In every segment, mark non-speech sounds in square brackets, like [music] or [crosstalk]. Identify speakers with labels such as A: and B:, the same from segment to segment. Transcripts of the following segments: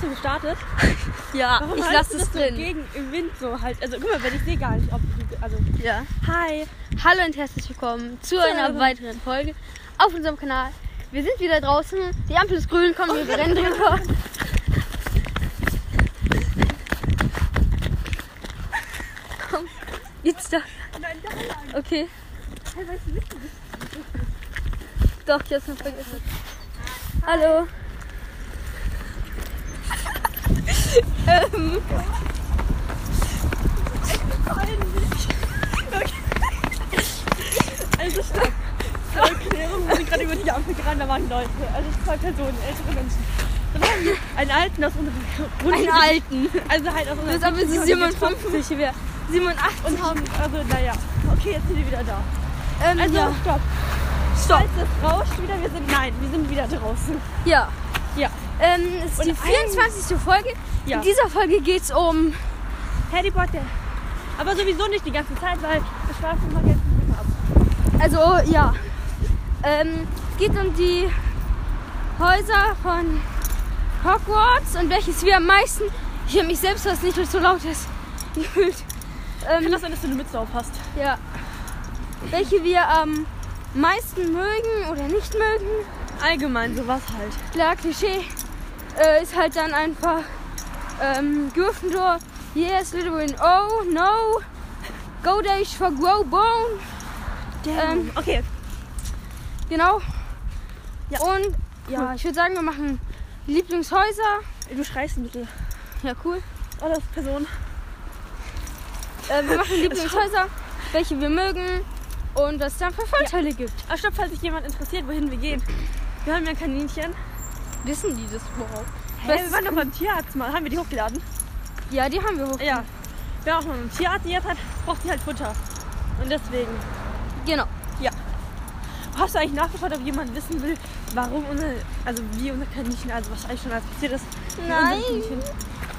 A: gestartet?
B: Ja,
A: Warum
B: ich
A: hältst du
B: lasse es
A: das So
B: drin.
A: gegen im Wind so halt. Also guck mal, wenn ich sehe gar nicht, ob die, also
B: Ja.
A: hi.
B: Hallo und herzlich willkommen zu einer
A: hallo.
B: weiteren Folge auf unserem Kanal. Wir sind wieder draußen. Die Ampel ist grün, kommen
A: Oh
B: wir rennen drüber. Komm, jetzt da.
A: Nein, da lang.
B: Okay.
A: Hey, weißt du, wisst ihr,
B: Doch, ich hab's noch vergessen. Hallo.
A: Also stopp. Zur Erklärung, wir sind gerade über die Ampel gerannt, da waren Leute, also zwei Personen, ältere Menschen. Dann haben wir einen Alten aus unserem Runde,
B: Einen alten.
A: also halt aus
B: Das
A: unserem
B: aber so 57 wäre. 87.
A: und haben, also naja, okay, jetzt sind wir wieder da.
B: Ähm,
A: Also
B: ja.
A: stopp.
B: Stopp.
A: Als es rauscht wieder, wir sind, nein, wir sind wieder draußen.
B: Ja.
A: Ja.
B: Ähm, es ist
A: Und
B: die
A: ein-
B: 24. Folge.
A: Ja.
B: In dieser Folge geht's um
A: Harry Potter. Aber sowieso nicht die ganze Zeit, weil das Schlafen mal jetzt nicht immer ab.
B: Also ja. Ähm, es geht um die Häuser von Hogwarts und welches wir am meisten. Ich höre mich selbst, was nicht so laut ist. [laughs] Gefühlt.
A: Kann
B: ähm,
A: das sein, dass du eine Mütze aufhast?
B: ja. Welche wir am meisten mögen oder nicht mögen.
A: Allgemein sowas halt.
B: Klar, Klischee äh, ist halt dann einfach ähm, Gryffindor. Yes, Slytherin. Oh, no. Go Dash for Grow Bone.
A: Ähm, okay.
B: Genau.
A: Ja.
B: Und ja, ich würde sagen, wir machen die Lieblingshäuser.
A: Du schreist ein bisschen.
B: Ja, cool.
A: Oh, das ist Person.
B: Äh, [laughs] wir machen Lieblingshäuser, welche wir mögen und was es dann für Vorteile gibt.
A: Ah, stopp, falls sich jemand interessiert, wohin wir gehen. Wir haben ja ein Kaninchen.
B: Wissen die das überhaupt?
A: Hä,
B: Was-
A: wir waren doch beim Tierarzt mal. Haben wir die hochgeladen?
B: Ja, die haben wir hoch.
A: Ja. Wer auch mal beim Tierarzt jetzt hat, braucht die halt Futter. Und deswegen.
B: Genau.
A: Hast du eigentlich nachgefragt, ob jemand wissen will, warum unser, also wie unser Kaninchen, also was eigentlich schon alles passiert ist? mit unserem
B: Nein.
A: Kaninchen?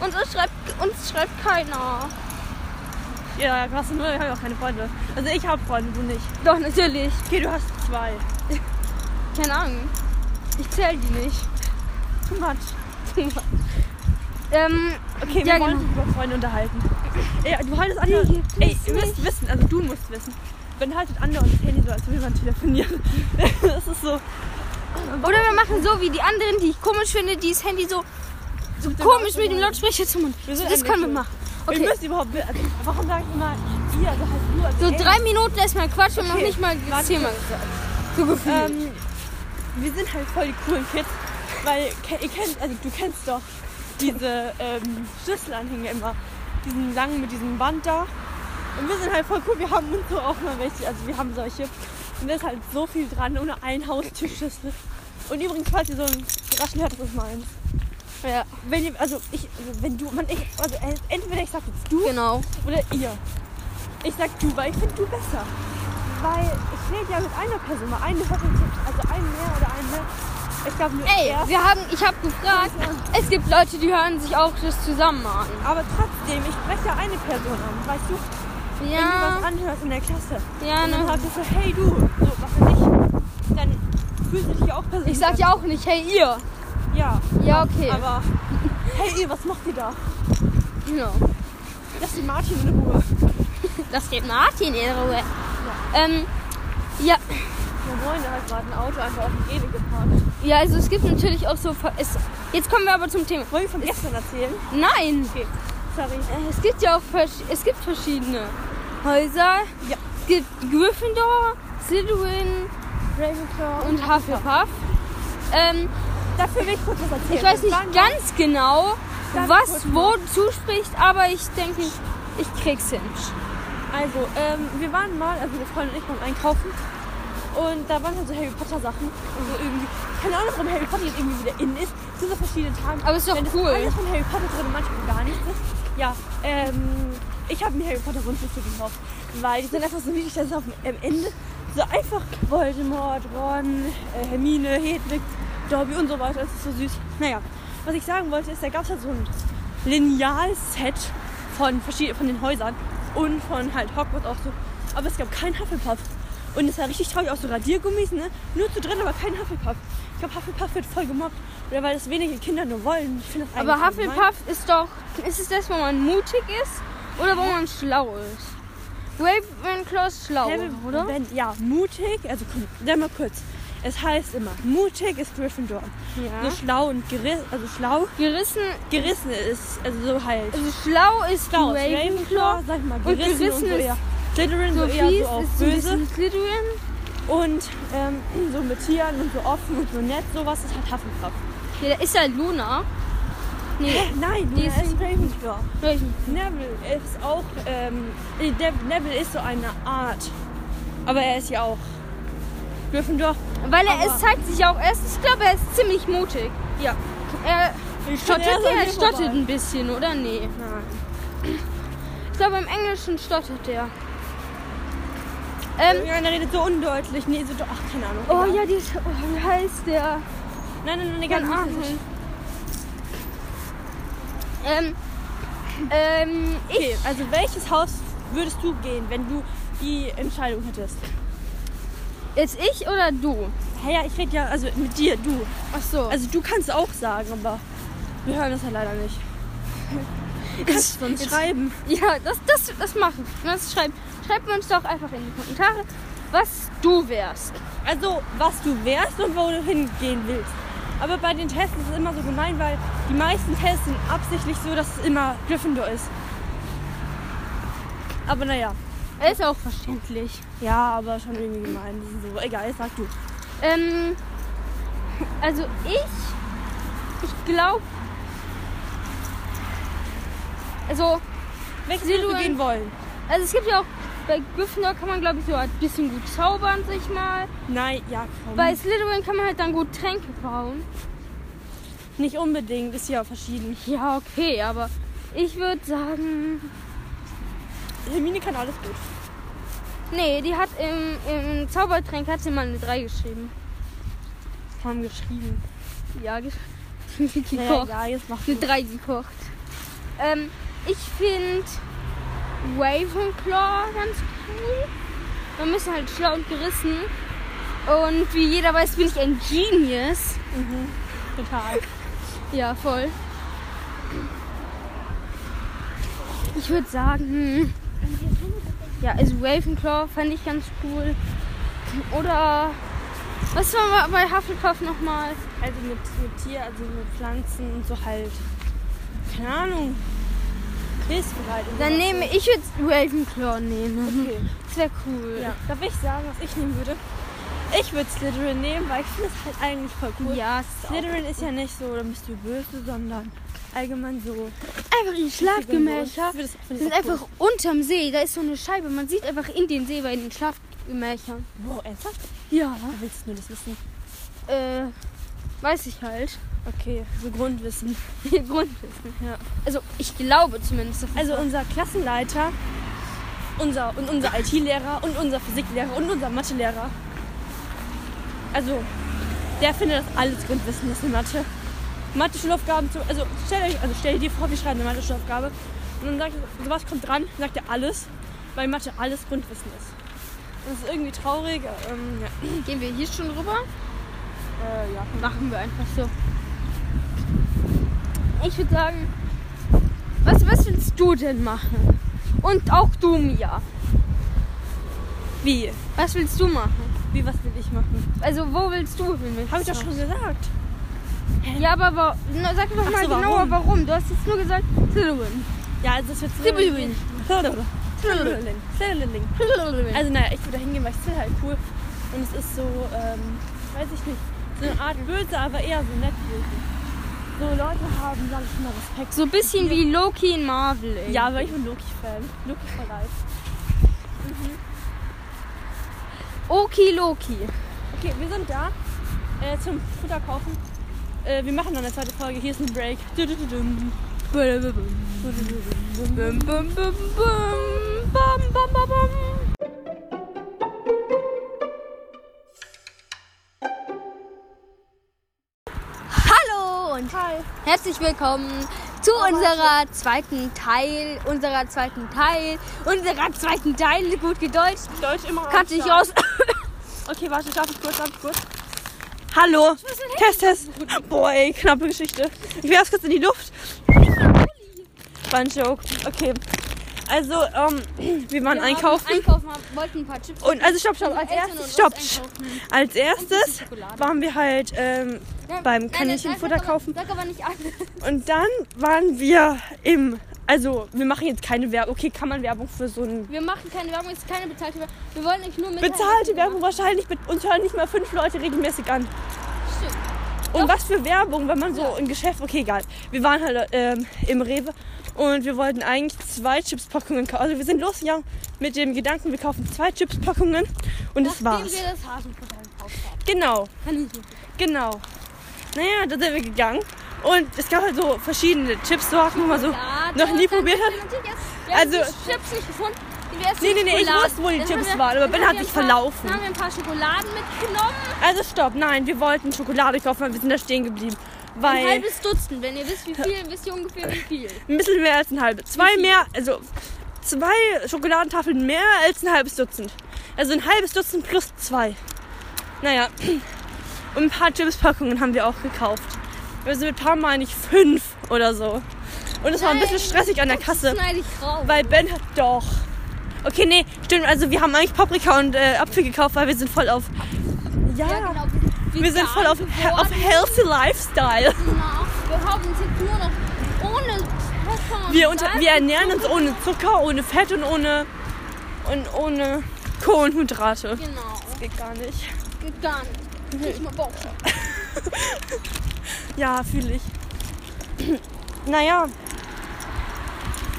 B: Uns schreibt, uns schreibt keiner.
A: Ja, krass, nur ich habe auch keine Freunde. Also ich habe Freunde, du nicht.
B: Doch, natürlich.
A: Okay, du hast zwei.
B: Keine Ahnung. Ich zähle die nicht.
A: Too much.
B: Ähm,
A: Okay, wir
B: Ja,
A: wollen
B: genau.
A: uns über Freunde unterhalten. Ey, du haltest
B: Die
A: andere.
B: gibt
A: Ey,
B: es
A: ihr müsst wissen, also du musst wissen. Wenn haltet andere und das Handy so, als würde man telefonieren. [laughs] das ist so.
B: oder wir machen so wie die anderen, die ich komisch finde, die das Handy so, so
A: dem
B: komisch
A: Lautsprecher
B: mit dem
A: machen.
B: Lautsprecher zum Mund.
A: Wir
B: So,
A: sind
B: das können wir
A: entwickelt.
B: machen.
A: Okay.
B: Okay.
A: Ihr müsst überhaupt. Also, warum sage ich immer ihr? Also halt du. Also
B: So
A: ey,
B: drei Minuten erstmal Quatsch und noch
A: Okay.
B: nicht mal das
A: Warte.
B: Thema gesagt. So gefühlt.
A: Ähm, wir sind halt voll die coolen Kids, weil ke- ihr kennt, also du kennst doch diese ähm, Schlüsselanhänger immer, diesen langen mit diesem Band da. Und wir sind halt voll cool, wir haben uns so auch mal welche, also wir haben solche. Und da ist halt so viel dran, ohne ein Haustürschlüssel. Und übrigens, falls ihr so ein Rascheln hört, das ist meins.
B: ja,
A: Wenn ihr, also ich, also wenn du, man, ich, also entweder ich sag jetzt du
B: genau.
A: oder ihr. Ich sag du, weil ich finde du besser. Weil es fehlt ja mit einer Person. Mal eine hat den Tipp, also einen mehr oder einen mehr. Ich glaube nur
B: Ey,
A: er.
B: wir haben, ich habe gefragt, es gibt Leute, die hören sich auch das zusammen an.
A: Aber trotzdem, ich spreche ja eine Person an. Weißt du, wenn du was
B: Ja,
A: anhörst in der Klasse.
B: ja,
A: Und dann
B: ne.
A: sagst du so, hey du, so, was weiß ich. Dann fühlst du dich ja auch persönlich.
B: Ich sag ja auch nicht, hey ihr.
A: an. Ja,
B: Ja, okay.
A: aber hey ihr, was macht ihr da?
B: Genau.
A: Lass den Martin in Ruhe.
B: Das geht Martin in Ruhe. Ähm, ja,
A: Wir wollen da halt gerade ein Auto einfach auf die Ede gefahren.
B: ja, also es gibt natürlich auch so. Ver- Es, jetzt kommen wir aber zum Thema.
A: Wollen wir von gestern erzählen?
B: Nein!
A: Okay, sorry.
B: Äh, Es gibt ja auch versch- es gibt verschiedene Häuser.
A: Ja.
B: Es gibt Gryffindor, Slytherin
A: Ravenclaw
B: und Hufflepuff. Ähm,
A: Dafür will ich kurz was erzählen.
B: Ich weiß
A: Dann-
B: nicht ganz genau,
A: Ganz
B: was
A: kurz
B: wo zuspricht, aber ich denke, ich, ich krieg's hin.
A: Also, ähm, wir waren mal, also meine Freundin und ich waren einkaufen. Und da waren halt so Harry Potter Sachen. Und so irgendwie, keine Ahnung, warum Harry Potter jetzt irgendwie wieder in ist. Es sind so verschiedene Tage.
B: Aber ist doch
A: Wenn das
B: cool.
A: alles von Harry Potter drin und manchmal gar nichts ist. Ja, ähm, ich habe mir Harry Potter Wunschliste gekauft. Weil die sind einfach so wichtig, dass es auf dem am Ende so einfach Voldemort, Ron, äh, Hermine, Hedwig, Dobby und so weiter. Das ist so süß. Naja, was ich sagen wollte, ist, da gab es halt so ein Lineal-Set von, verschied- von den Häusern und von halt Hogwarts auch so. Aber es gab kein Hufflepuff. Und es war richtig traurig, auch so Radiergummis, ne? Nur zu dritt, aber kein Hufflepuff. Ich glaube, Hufflepuff wird voll gemobbt. Oder weil das wenige Kinder nur wollen. Ich finde das eigentlich
B: Aber
A: voll gemein.
B: Hufflepuff ist doch. Ist es das, wo man mutig ist oder wo man schlau ist? Ravenclaw ist schlau,
A: Level-
B: oder?
A: Wenn, ja, mutig, also komm, sag mal kurz. Es heißt immer, mutig ist Gryffindor.
B: Ja.
A: So schlau und gerissen, also schlau,
B: Gerissen.
A: gerissen ist, also so halt.
B: Also schlau ist
A: Schlau ist
B: Ravenclaw.
A: Ravenclaw, sag ich mal,
B: und
A: gerissen und,
B: gerissen
A: so
B: ist
A: eher. Slytherin so,
B: So
A: eher
B: fies
A: so auf
B: ist
A: böse.
B: ein bisschen Slytherin.
A: Und ähm, so mit Tieren und so offen und so nett, sowas ist halt Hufflepuff.
B: Ja, da ist ja Luna. Nee,
A: Nein,
B: Die
A: Luna
B: ist-
A: ist Ravenclaw.
B: welchen?
A: Neville ist auch, ähm, nee, Dev- Neville ist so eine Art. Aber er ist ja auch Gryffindor.
B: Weil er,
A: Aber-
B: es zeigt sich auch erst, ich glaube, er ist ziemlich mutig.
A: Ja.
B: Er
A: Ich
B: stottet,
A: bin eher so
B: er
A: ein
B: stottet
A: Leberwall.
B: ein bisschen, oder? Nee.
A: Nein.
B: Ich glaube, im Englischen stottet er. Ähm,
A: Ja, der redet so undeutlich. Nee, so, ach, keine Ahnung.
B: oh
A: Egal.
B: ja, die, oh, wie heißt der?
A: Nein, nein, nein, egal.
B: Keine Ahnung.
A: nicht.
B: Ähm, ähm, ich,
A: Okay, also welches Haus würdest du gehen, wenn du die Entscheidung hättest?
B: jetzt ich oder du?
A: Hä, ja, ich rede ja, also mit dir, du.
B: Ach so.
A: Also du kannst auch sagen, aber wir hören das ja leider nicht. Du kannst uns
B: jetzt-
A: schreiben.
B: Ja, das, das, das machen. Das schreiben. Schreibt uns doch einfach in die Kommentare, was du wärst.
A: Also, was du wärst und wo du hingehen willst. Aber bei den Tests ist es immer so gemein, weil die meisten Tests sind absichtlich so, dass es immer Gryffindor ist. Aber naja.
B: Ist auch verständlich.
A: Ja, aber schon irgendwie gemein. Das ist so, egal, sag du.
B: Ähm, also ich, ich glaube, also,
A: Welches
B: Silu
A: würdest du
B: und-
A: gehen wollen?
B: also es gibt ja auch, bei Gryffindor kann man glaube ich so ein bisschen gut zaubern, sag ich mal.
A: Nein, ja, komm.
B: Bei Slytherin kann man halt dann gut Tränke bauen.
A: Nicht unbedingt, ist ja verschieden.
B: Ja, okay, aber ich würde sagen,
A: Hermine kann alles gut.
B: nee, die hat im, im Zaubertränk hat sie mal eine 3 geschrieben.
A: Haben geschrieben.
B: [laughs] Ja, gesch- gekocht.
A: Naja, egal, jetzt mach
B: Eine
A: du.
B: 3 gekocht. Ähm, ich finde Ravenclaw ganz cool. Man müssen halt schlau und gerissen. Und wie jeder weiß, bin ich ein Genius.
A: Total.
B: Ja, voll. Ich würde sagen, hm, ja, also Ravenclaw fand ich ganz cool. Oder was war bei Hufflepuff nochmal?
A: Also mit, mit Tier, also mit Pflanzen und so halt. Keine Ahnung. halt. Hilfsbereit. und
B: Dann
A: sowas.
B: nehme ich jetzt Ravenclaw nehmen. [laughs]
A: Okay.
B: Das wäre cool.
A: Ja. Darf ich sagen, was ich nehmen würde? Ich würde Slytherin nehmen, weil ich finde es halt eigentlich voll cool.
B: Ja, es ist auch
A: Slytherin ist ja nicht so, dann bist du böse, sondern allgemein so.
B: einfach in Schlafgemächer.
A: Das
B: Die
A: finde ich
B: sind
A: auch cool.
B: einfach unterm See. Da ist so eine Scheibe. Man sieht einfach in den See bei den Schlafgemächern.
A: Wow, ernsthaft?
B: Ja.
A: Du willst nur das wissen.
B: Äh, weiß ich halt. [laughs]
A: Okay, so Grundwissen.
B: Ihr Grundwissen.
A: Ja.
B: Also ich glaube zumindest. dass es-
A: Also unser Klassenleiter, unser und unser IT-Lehrer und unser Physiklehrer und unser Mathelehrer. Also, der findet das alles Grundwissen, das ist eine Mathe. Mathe-Schulaufgaben zu. Also stell, euch, also stell dir vor, wir schreiben eine Mathe-Schulaufgabe. Und dann sagt er, sowas kommt dran, sagt er alles, weil Mathe alles Grundwissen ist. Das ist irgendwie traurig. Ähm, ja.
B: gehen wir hier schon rüber.
A: Äh, ja.
B: Machen wir einfach so. Ich würde sagen, was, was willst du denn machen? Und auch du, Mia.
A: Wie?
B: Was willst du machen?
A: Wie, was will ich machen?
B: Also wo willst du hin?
A: Habe ich doch schon gesagt.
B: Ja, aber wa- na, sag doch
A: Ach
B: mal
A: so,
B: genauer,
A: warum?
B: warum. Du hast jetzt nur gesagt, Slytherin.
A: Ja, also das wird
B: Slytherin.
A: Slytherin. Slytherin.
B: Also,
A: Also naja, ich würde da hingehen, weil ich finde halt cool. Und es ist so, ähm, weiß ich nicht, so eine Art böse, aber eher so nett böse. So Leute haben, sag ich mal, Respekt.
B: so ein bisschen wie Loki in Marvel. Ey.
A: Ja, aber ich bin Loki-Fan. Loki for life.
B: Oki Loki.
A: Okay, wir sind da äh, zum Futter kaufen. Äh, wir machen dann eine zweite Folge. Hier ist ein Break. Dudududum. Dudududum.
B: Bum, bum, bum, bum, bum, bum, bum, bum. Hallo und
A: Hi.
B: herzlich willkommen zu unserer zweiten Teil, unserer zweiten Teil, unserer zweiten Teil, gut gedeutscht.
A: Deutsch immer am
B: Kannte ich
A: Start.
B: raus.
A: [coughs] Okay, warte, darf ich kurz, darf ich kurz? Hallo, Test, Test. Boah, ey, knappe Geschichte. Ich werf's kurz in die Luft. War ein Joke. Okay. Also, ähm, wir waren
B: Wir
A: einkaufen.
B: haben einkaufen, haben- wollten ein paar Chips.
A: und also stopp, stopp, als
B: Unsere Eltern
A: erstes,
B: und
A: stopp.
B: uns einkaufen.
A: Als
B: Und ein bisschen
A: erstes
B: Schokolade.
A: waren wir halt ähm, beim
B: Ja, nein, jetzt
A: Kaninchenfutter
B: sag aber-
A: kaufen.
B: Sag aber nicht alles.
A: Und dann waren wir im. Also, wir machen jetzt keine Werbung. Okay, kann man Werbung für so einen.
B: [laughs] Wir machen keine Werbung, es ist keine bezahlte Werbung. Wir wollen euch nur mit.
A: Bezahlte Werbung wahrscheinlich. mit- Uns hören nicht mal fünf Leute regelmäßig an.
B: Stimmt.
A: Und was für Werbung, wenn man so ein Geschäft. Okay, egal. Wir waren halt ähm, im Rewe und wir wollten eigentlich zwei Chipspackungen kaufen. Also, wir sind losgegangen mit dem Gedanken, wir kaufen zwei Chipspackungen und das
B: Nachdem
A: war's.
B: wir das Hasenfutter gekauft haben.
A: Genau.
B: Kaninchenfutter.
A: Genau. Naja, da sind wir gegangen. Und es gab halt so verschiedene Chips-Sorten, wo man so
B: Ja,
A: noch nie
B: dann-
A: probiert hat.
B: dann- natürlich erst- Wir haben
A: Also-
B: die Chips nicht gefunden. die wir erst
A: Nee,
B: in
A: nee, nee, ich
B: Schokoladen-
A: wusste, wo die
B: Dann
A: Chips
B: haben wir-
A: waren, aber
B: dann
A: Ben
B: haben
A: hat
B: wir
A: sich
B: ein paar-
A: verlaufen.
B: Dann haben wir ein paar Schokoladen mitgenommen.
A: Also stopp, nein, wir wollten Schokolade kaufen, aber wir sind da stehen geblieben.
B: Ein
A: Weil
B: halbes Dutzend. Wenn ihr wisst, wie viel, wisst ihr ungefähr wie viel.
A: ein bisschen mehr als ein halbes. Zwei mehr, also zwei Schokoladentafeln mehr als ein halbes Dutzend. Also ein halbes Dutzend plus zwei. Naja, [clears throat] und ein paar Chipspackungen haben wir auch gekauft. Also mit paar meine ich fünf oder so. Und es war ein bisschen
B: Nein,
A: stressig an der Kasse.
B: Das schneide ich raus.
A: Weil Ben hat doch. Okay, nee, stimmt. Also wir haben eigentlich Paprika und äh, Apfel gekauft, weil wir sind voll auf. Ja,
B: ja, genau.
A: wir sind voll auf, he- auf healthy Lifestyle.
B: Wir haben uns jetzt nur noch ohne Pfeffer und
A: Wir, unter,
B: Salz
A: wir ernähren uns ohne Zucker, ohne Fett und ohne und ohne Kohlenhydrate.
B: Genau,
A: Geht gar nicht.
B: geht gar nicht. Krieg Ich mal Bock.
A: Ja, fühle ich. Naja.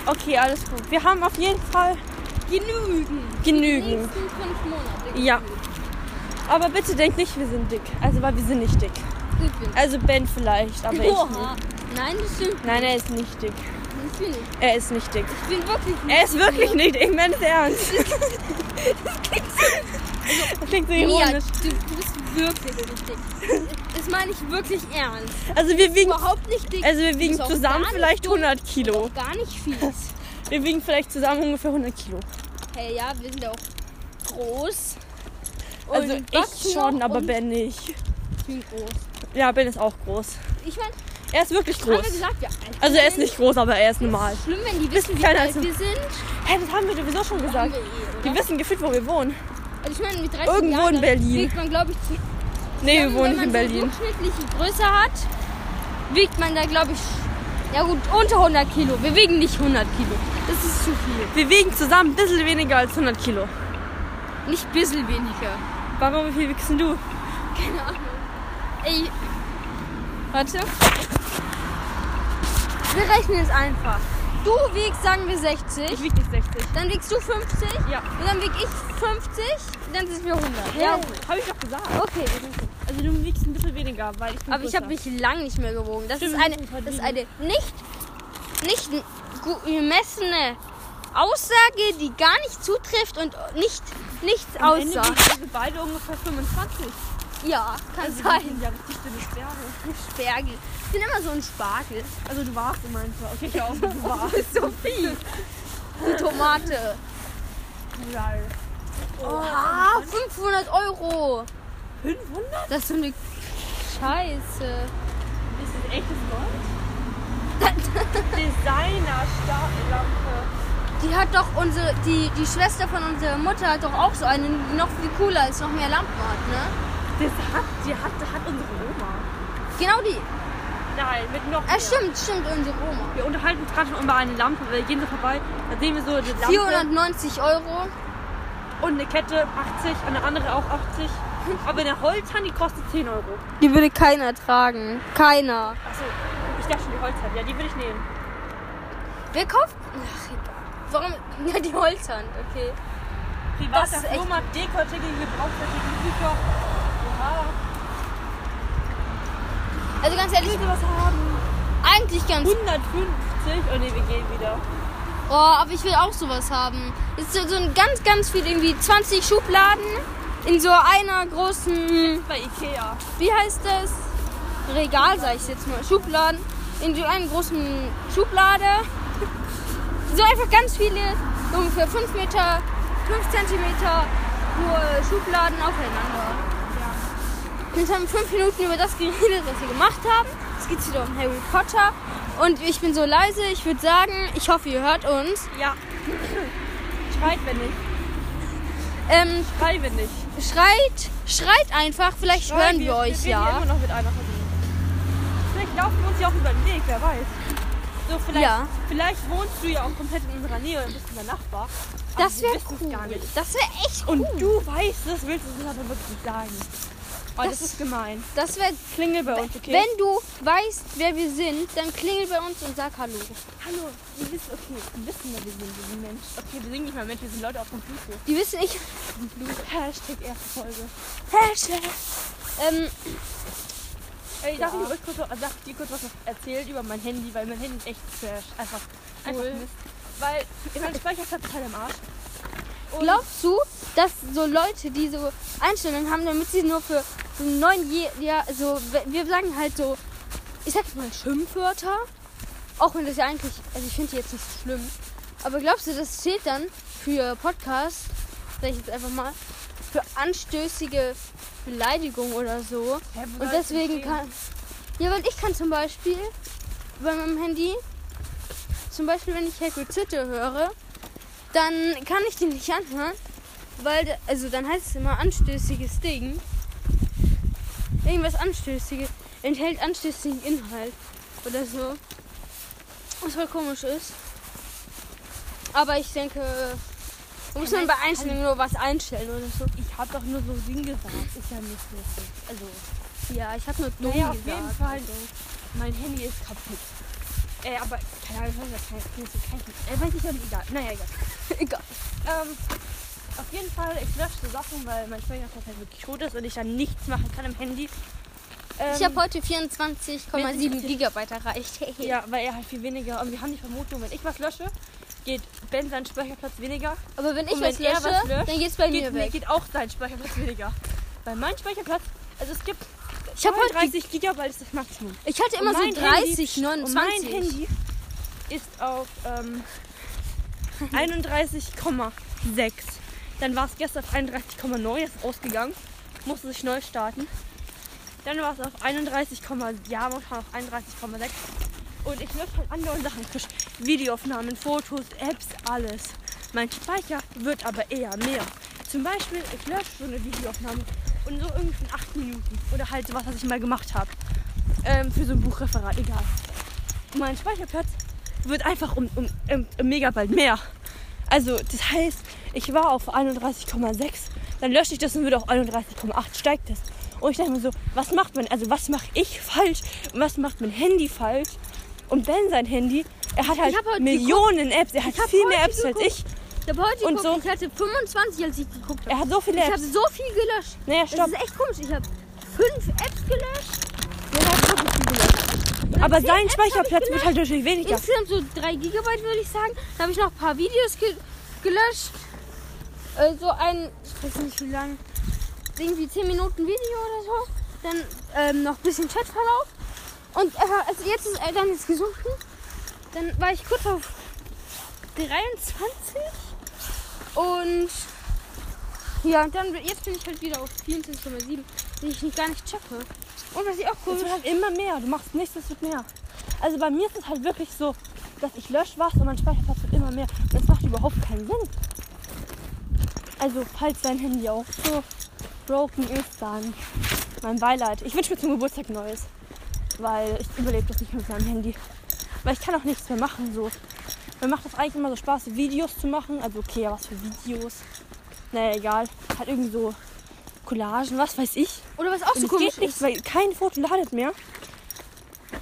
A: Okay, alles gut. Wir haben auf jeden Fall
B: Genügen. Die
A: genügend.
B: nächsten fünf Monate.
A: Ja. Aber bitte denkt nicht, wir sind dick. Also, weil wir sind nicht dick.
B: Sind wir.
A: Also Ben vielleicht, aber ich
B: Oha.
A: nicht.
B: Nein, das stimmt.
A: Nein, er ist nicht dick.
B: Das bin ich.
A: Er ist nicht dick.
B: Ich bin wirklich nicht.
A: Er ist wirklich nicht dick. Ich meine es [laughs] ernst. Das klingt so
B: Mia, du,
A: ironisch.
B: du bist wirklich nicht dick. Das meine ich wirklich ernst.
A: Also wir wiegen,
B: Überhaupt nicht dick.
A: also wir
B: Du
A: wiegen
B: bist auch
A: zusammen
B: gar nicht
A: vielleicht
B: dumm,
A: 100 Kilo.
B: auch Gar nicht fies.
A: Wir wiegen vielleicht zusammen ungefähr 100 Kilo.
B: Hey, ja, wir sind auch groß. Und
A: Also ich
B: wachsen
A: schon,
B: noch
A: aber
B: und
A: Ben nicht.
B: ich bin groß.
A: Ja, Ben ist auch groß.
B: Ich meine,
A: Er ist wirklich
B: haben wir
A: groß.
B: gesagt, ja.
A: Also er ist nicht groß, aber er ist normal.
B: Schlimm, wenn die wissen, wie
A: kleiner
B: alt
A: als ein-
B: wir sind.
A: Hä, das haben wir sowieso schon
B: Haben
A: gesagt.
B: wir eh,
A: Die
B: oder?
A: wissen gefühlt, wo wir wonen.
B: Also ich meine, mit 30
A: Irgendwo
B: Jahren
A: in Berlin.
B: wiegt man, glaube ich, zu-
A: Nee, wir
B: wenn
A: wohnen nicht
B: man
A: in
B: so
A: Berlin.
B: durchschnittliche Größe hat, wiegt man da, glaube ich, ja gut, unter 100 Kilo. Wir wiegen nicht 100 Kilo. Das ist zu viel.
A: Wir wiegen zusammen ein bisschen weniger als 100 Kilo.
B: Nicht ein bisschen weniger.
A: Warum, wie viel wiegst denn du?
B: Keine Ahnung. Ey. Warte. Wir rechnen es einfach. Du wiegst, sagen wir, 60.
A: Ich wieg nicht 60.
B: Dann wiegst du 50.
A: Ja.
B: Und dann wieg ich 50. Dann sind wir 100.
A: Habe ich doch gesagt.
B: Okay, wir sind gut.
A: Also du wiegst ein bisschen weniger, weil ich bin
B: Aber ich habe mich lang nicht mehr gewogen. Das
A: Stimmt,
B: ist eine,
A: wir sind
B: das ist eine
A: verblieben.
B: nicht, nicht gu- gemessene Aussage, die gar nicht zutrifft und nicht, nichts aussagt.
A: wir beide ungefähr 25.
B: Ja, kann
A: Wir
B: sein.
A: sind ja richtig dünne Zwerge.
B: Spergel. Ich bin immer so ein Spargel.
A: Also du warst immerhin so. Okay, ich auch. [laughs] Du warst.
B: so viel. Die Tomate.
A: Oh.
B: Oha, 500 Ah, Euro.
A: 500?
B: Das ist so eine Scheiße.
A: Ist das echtes Gold? [laughs] Designer-Lampe.
B: Die hat doch unsere, die, die Schwester von unserer Mutter hat doch auch so eine, die noch viel cooler ist, noch mehr Lampen hat, ne?
A: Das hat, die hat, hat unsere Oma.
B: Genau die.
A: Nein, mit noch
B: Ah,
A: mehr.
B: stimmt, stimmt, unsere Oma.
A: Wir unterhalten uns gerade schon über eine Lampe. Wir gehen so vorbei, da sehen wir so die Lampe
B: 490 Euro.
A: und eine Kette 80 und eine andere auch [laughs] 80. Aber eine Holzhand, die kostet 10 Euro.
B: Die würde keiner tragen. Keiner.
A: Achso, ich dachte schon die Holzhand. Ja, die würde ich nehmen.
B: Wer kauft? Ach, egal. Warum? [laughs] Ja, die Holzhand, okay. Das
A: Privater
B: ist echt
A: Flohmarkt, Dekoartikel, Gebrauchsartikel, Bücher. Oha.
B: Also ganz ehrlich,
A: Willst du was haben?
B: eigentlich ganz.
A: 150. Oh ne, wir gehen wieder.
B: Oh, aber ich will auch sowas haben. Ist so, so ein ganz, ganz viel, irgendwie 20 Schubladen in so einer großen,
A: Bei Ikea.
B: wie heißt das? Regal, sag ich jetzt mal. Schubladen. In so einer großen Schublade. So einfach ganz viele, so ungefähr 5 Meter, 5 Zentimeter nur äh, Schubladen aufeinander. Jetzt haben wir fünf Minuten über das geredet, was wir gemacht haben. Jetzt geht es wieder um Harry Potter. Und ich bin so leise, ich würde sagen, ich hoffe, ihr hört uns.
A: Ja. Schreit, wenn nicht.
B: Ähm,
A: Schrei, wenn nicht.
B: schreit, schreit einfach, vielleicht
A: Schrei,
B: hören wir, euch
A: wir
B: ja.
A: Reden hier immer noch mit einer Person. Vielleicht laufen wir uns ja auch über den Weg, wer weiß. So, vielleicht,
B: Ja.
A: vielleicht wohnst du ja auch komplett in unserer Nähe und bist unser Nachbar. Aber
B: Das
A: wir
B: wäre
A: wissen es
B: cool.
A: gar nicht.
B: Das wäre echt
A: Und
B: cool.
A: du weißt es, willst es uns aber wirklich sagen. Oh, das,
B: Das-
A: ist gemein.
B: Das wäre,
A: Klingel bei uns, okay?
B: wenn du weißt, wer wir sind, dann klingel bei uns und sag Hallo.
A: Hallo, wir wissen, okay, wir wissen, wer wir sind, wir sind Mensch. Okay, wir sind nicht mal Mensch, wir sind Leute auf dem Bluetooth.
B: Die wissen nicht. [laughs]
A: Bluetooth. Hashtag erste Folge.
B: Ähm,
A: Ey, darf
B: Ja.
A: ich euch kurz, darf ich dir kurz was erzählen über mein Handy, weil mein Handy ist echt trash. Einfach, einfach
B: Cool.
A: Mist. Weil mein Speicherplatz ist halt im Arsch. Und
B: glaubst du, dass so Leute, die so Einstellungen haben, damit sie nur für so neun Je ja, so, w- wir sagen halt so, ich sag jetzt mal Schimpfwörter, auch wenn das ja eigentlich, also ich finde die jetzt nicht so schlimm, aber glaubst du, das zählt dann für Podcasts, sag ich jetzt einfach mal, für anstößige Beleidigung oder so?
A: Hä, wo soll
B: Und
A: ich
B: deswegen
A: denn
B: kann. Ja, weil ich kann zum Beispiel bei meinem Handy, zum Beispiel wenn ich Hagrid Zitte höre, dann kann ich die nicht anhören, weil, d- also dann heißt es immer anstößiges Ding. Irgendwas anstößiges, enthält anstößigen Inhalt oder so. Was voll komisch ist. Aber ich denke, da muss man bei Einstellungen nur was einstellen oder so.
A: stehen? Ich hab doch nur so Ding gesagt. Ist ja nicht lustig. Also,
B: Ja, ich habe nur dumm
A: naja, auf
B: gesagt. also.
A: jeden Fall, mein Handy ist kaputt. Ey, aber keine Ahnung, was das kann ich nicht so kann ich nicht. Ey, Äh, weiß ich ja nicht, egal. Naja, egal.
B: [laughs] Egal.
A: Ähm, auf jeden Fall, ich lösche so Sachen, weil mein Speicherplatz halt wirklich tot ist und ich dann nichts machen kann im Handy. Ähm,
B: Ich habe heute 24,7 Gigabyte erreicht.
A: [laughs] Ja, weil er halt viel weniger. Und wir haben die Vermutung, wenn ich was lösche, geht Ben sein Speicherplatz weniger.
B: Aber wenn ich
A: Und
B: was
A: wenn er
B: lösche,
A: was löscht,
B: dann geht's bei
A: Geht,
B: mir
A: nee,
B: weg.
A: geht auch sein Speicherplatz weniger. Weil mein Speicherplatz, also es gibt
B: Ich hab heute
A: 30 Gigabyte ist das Maximum.
B: Ich hatte immer
A: oh Und mein
B: so 30,
A: Handy, Und mein
B: 29.
A: Handy ist auf ähm, 31,6. Dann war es gestern auf 31,9, ist ausgegangen. Musste sich neu starten. Dann war es auf 31, ja, momentan auf 31,6. Und ich lösche halt andere Sachen. frisch. Videoaufnahmen, Fotos, Apps, alles. Mein Speicher wird aber eher mehr. Zum Beispiel, ich lösche so eine Videoaufnahme und so irgendwie von 8 Minuten. Oder halt sowas, was ich mal gemacht habe. Ähm, für so ein Buchreferat, egal. Und mein Speicherplatz wird einfach um, um, um, um Megabyte mehr. Also, das heißt, ich war auf 31,6, dann lösche ich das und wird auf 31,8 steigt das. Und ich dachte mir so, was macht man, also was mache ich falsch und was macht mein Handy falsch? Und Ben sein Handy, er hat halt
B: hab heute
A: Millionen Apps, er hat
B: Ich hab
A: viel mehr
B: heute
A: Apps als
B: geguckt.
A: ich.
B: Ich habe heute
A: Und so-
B: geguckt, ich hatte 25, als ich geguckt habe.
A: Er hat so viele
B: Ich Also, habe
A: Apps.
B: so viel gelöscht.
A: Naja,
B: Das
A: stopp.
B: ist echt komisch. Ich habe fünf Apps gelöscht.
A: Er hat so viel gelöscht. Aber
B: zehn
A: sein
B: Apps hab ich
A: Speicherplatz wird
B: gelöscht.
A: halt natürlich weniger.
B: Insgesamt so 3 Gigabyte, würde ich sagen. Da habe ich noch ein paar Videos ge gelöscht. Äh, so ein, ich weiß nicht wie lang, irgendwie 10 Minuten Video oder so. Dann ähm, noch ein bisschen Chatverlauf. Und äh, also jetzt ist äh, dann jetzt gesunken. Dann war ich kurz auf 23. Und ja, und dann jetzt bin ich halt wieder auf 24,7, den ich nicht gar nicht checke. Und was ich auch cool
A: Es wird halt immer mehr. Du machst nichts, es wird mehr. Also bei mir ist es halt wirklich so, dass ich lösche was und mein Speicherplatz wird immer mehr. Und das macht überhaupt keinen Sinn. Also falls dein Handy auch so broken ist, dann mein Beileid. Ich wünsche mir zum Geburtstag Neues, weil ich überlebe das nicht mehr mit meinem Handy. Weil ich kann auch nichts mehr machen so. Mir macht das eigentlich immer so Spaß, so Videos zu machen. Also okay, ja, was für Videos. Naja, egal. Halt irgendwie so Collagen, was weiß ich.
B: Oder was auch
A: Und
B: so
A: es
B: komisch
A: geht
B: ist.
A: nicht, weil kein Foto ladet mehr.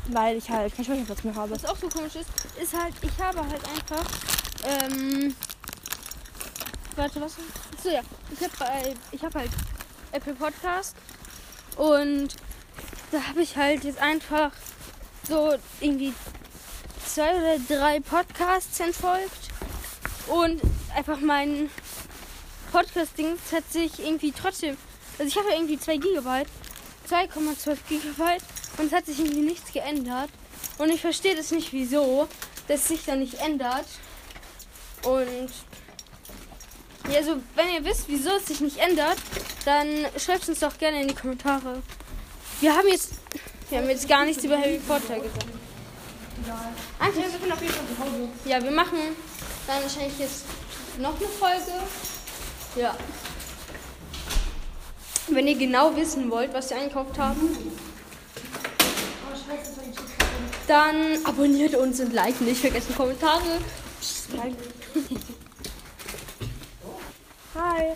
A: Weil ich halt keinen Speicherplatz mehr habe.
B: Was auch so komisch ist, ist halt, ich habe halt einfach. Ähm, warte, was? So ja, ich habe ich hab halt Apple Podcast und da habe ich halt jetzt einfach so irgendwie zwei oder drei Podcasts entfolgt und einfach mein Podcast-Ding hat sich irgendwie trotzdem, also ich habe ja irgendwie 2 Gigabyte, 2,12 Gigabyte und es hat sich irgendwie nichts geändert. Und ich verstehe das nicht, wieso das sich da nicht ändert. Und Ja, also wenn ihr wisst, wieso es sich nicht ändert, dann schreibt uns doch gerne in die Kommentare. Wir haben jetzt, wir haben jetzt gar nichts über Harry Potter gesagt. Eigentlich,
A: wir sind auf jeden Fall zu Hause.
B: ja, wir machen dann wahrscheinlich jetzt noch eine Folge. Ja. Wenn ihr genau wissen wollt, was wir eingekauft haben,
A: Oh, scheiße, das war nicht
B: dann abonniert uns und liked nicht vergessen Kommentare.
A: Hi.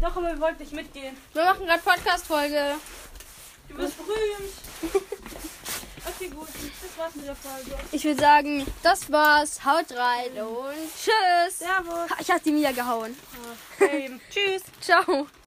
A: Doch, aber wir wollten nicht mitgehen.
B: Wir machen gerade Podcast-Folge.
A: Du bist berühmt. [laughs] Okay, gut. Das war's mit der Folge.
B: Ich würde sagen, das war's. Haut rein und tschüss.
A: Servus. [laughs]
B: Ich hab die Mia gehauen.
A: Hey, Tschüss.
B: Ciao.